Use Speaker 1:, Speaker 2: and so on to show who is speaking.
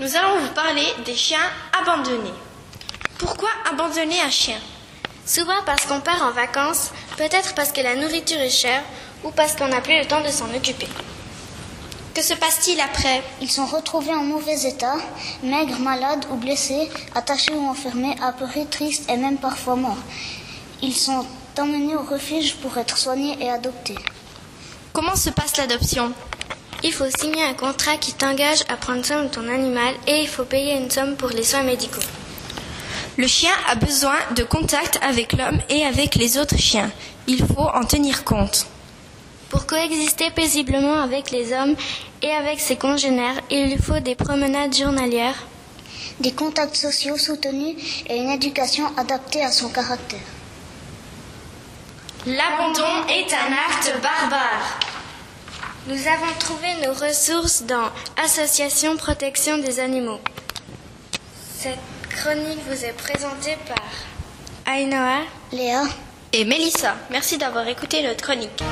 Speaker 1: Nous allons vous parler des chiens abandonnés. Pourquoi abandonner un chien
Speaker 2: Souvent parce qu'on part en vacances, peut-être parce que la nourriture est chère ou parce qu'on n'a plus le temps de s'en occuper.
Speaker 1: Que se passe-t-il après
Speaker 3: Ils sont retrouvés en mauvais état, maigres, malades ou blessés, attachés ou enfermés, apeurés, tristes et même parfois morts. Ils sont emmenés au refuge pour être soignés et adoptés.
Speaker 1: Comment se passe l'adoption
Speaker 2: Il faut signer un contrat qui t'engage à prendre soin de ton animal et il faut payer une somme pour les soins médicaux.
Speaker 1: Le chien a besoin de contact avec l'homme et avec les autres chiens. Il faut en tenir compte.
Speaker 2: Pour coexister paisiblement avec les hommes et avec ses congénères, il lui faut des promenades journalières.
Speaker 3: Des contacts sociaux soutenus et une éducation adaptée à son caractère.
Speaker 1: L'abandon est un acte barbare.
Speaker 2: Nous avons trouvé nos ressources dans Association Protection des Animaux. Cette chronique vous est présentée par Ainoa
Speaker 3: Léa
Speaker 1: Et Mélissa, merci d'avoir écouté notre chronique.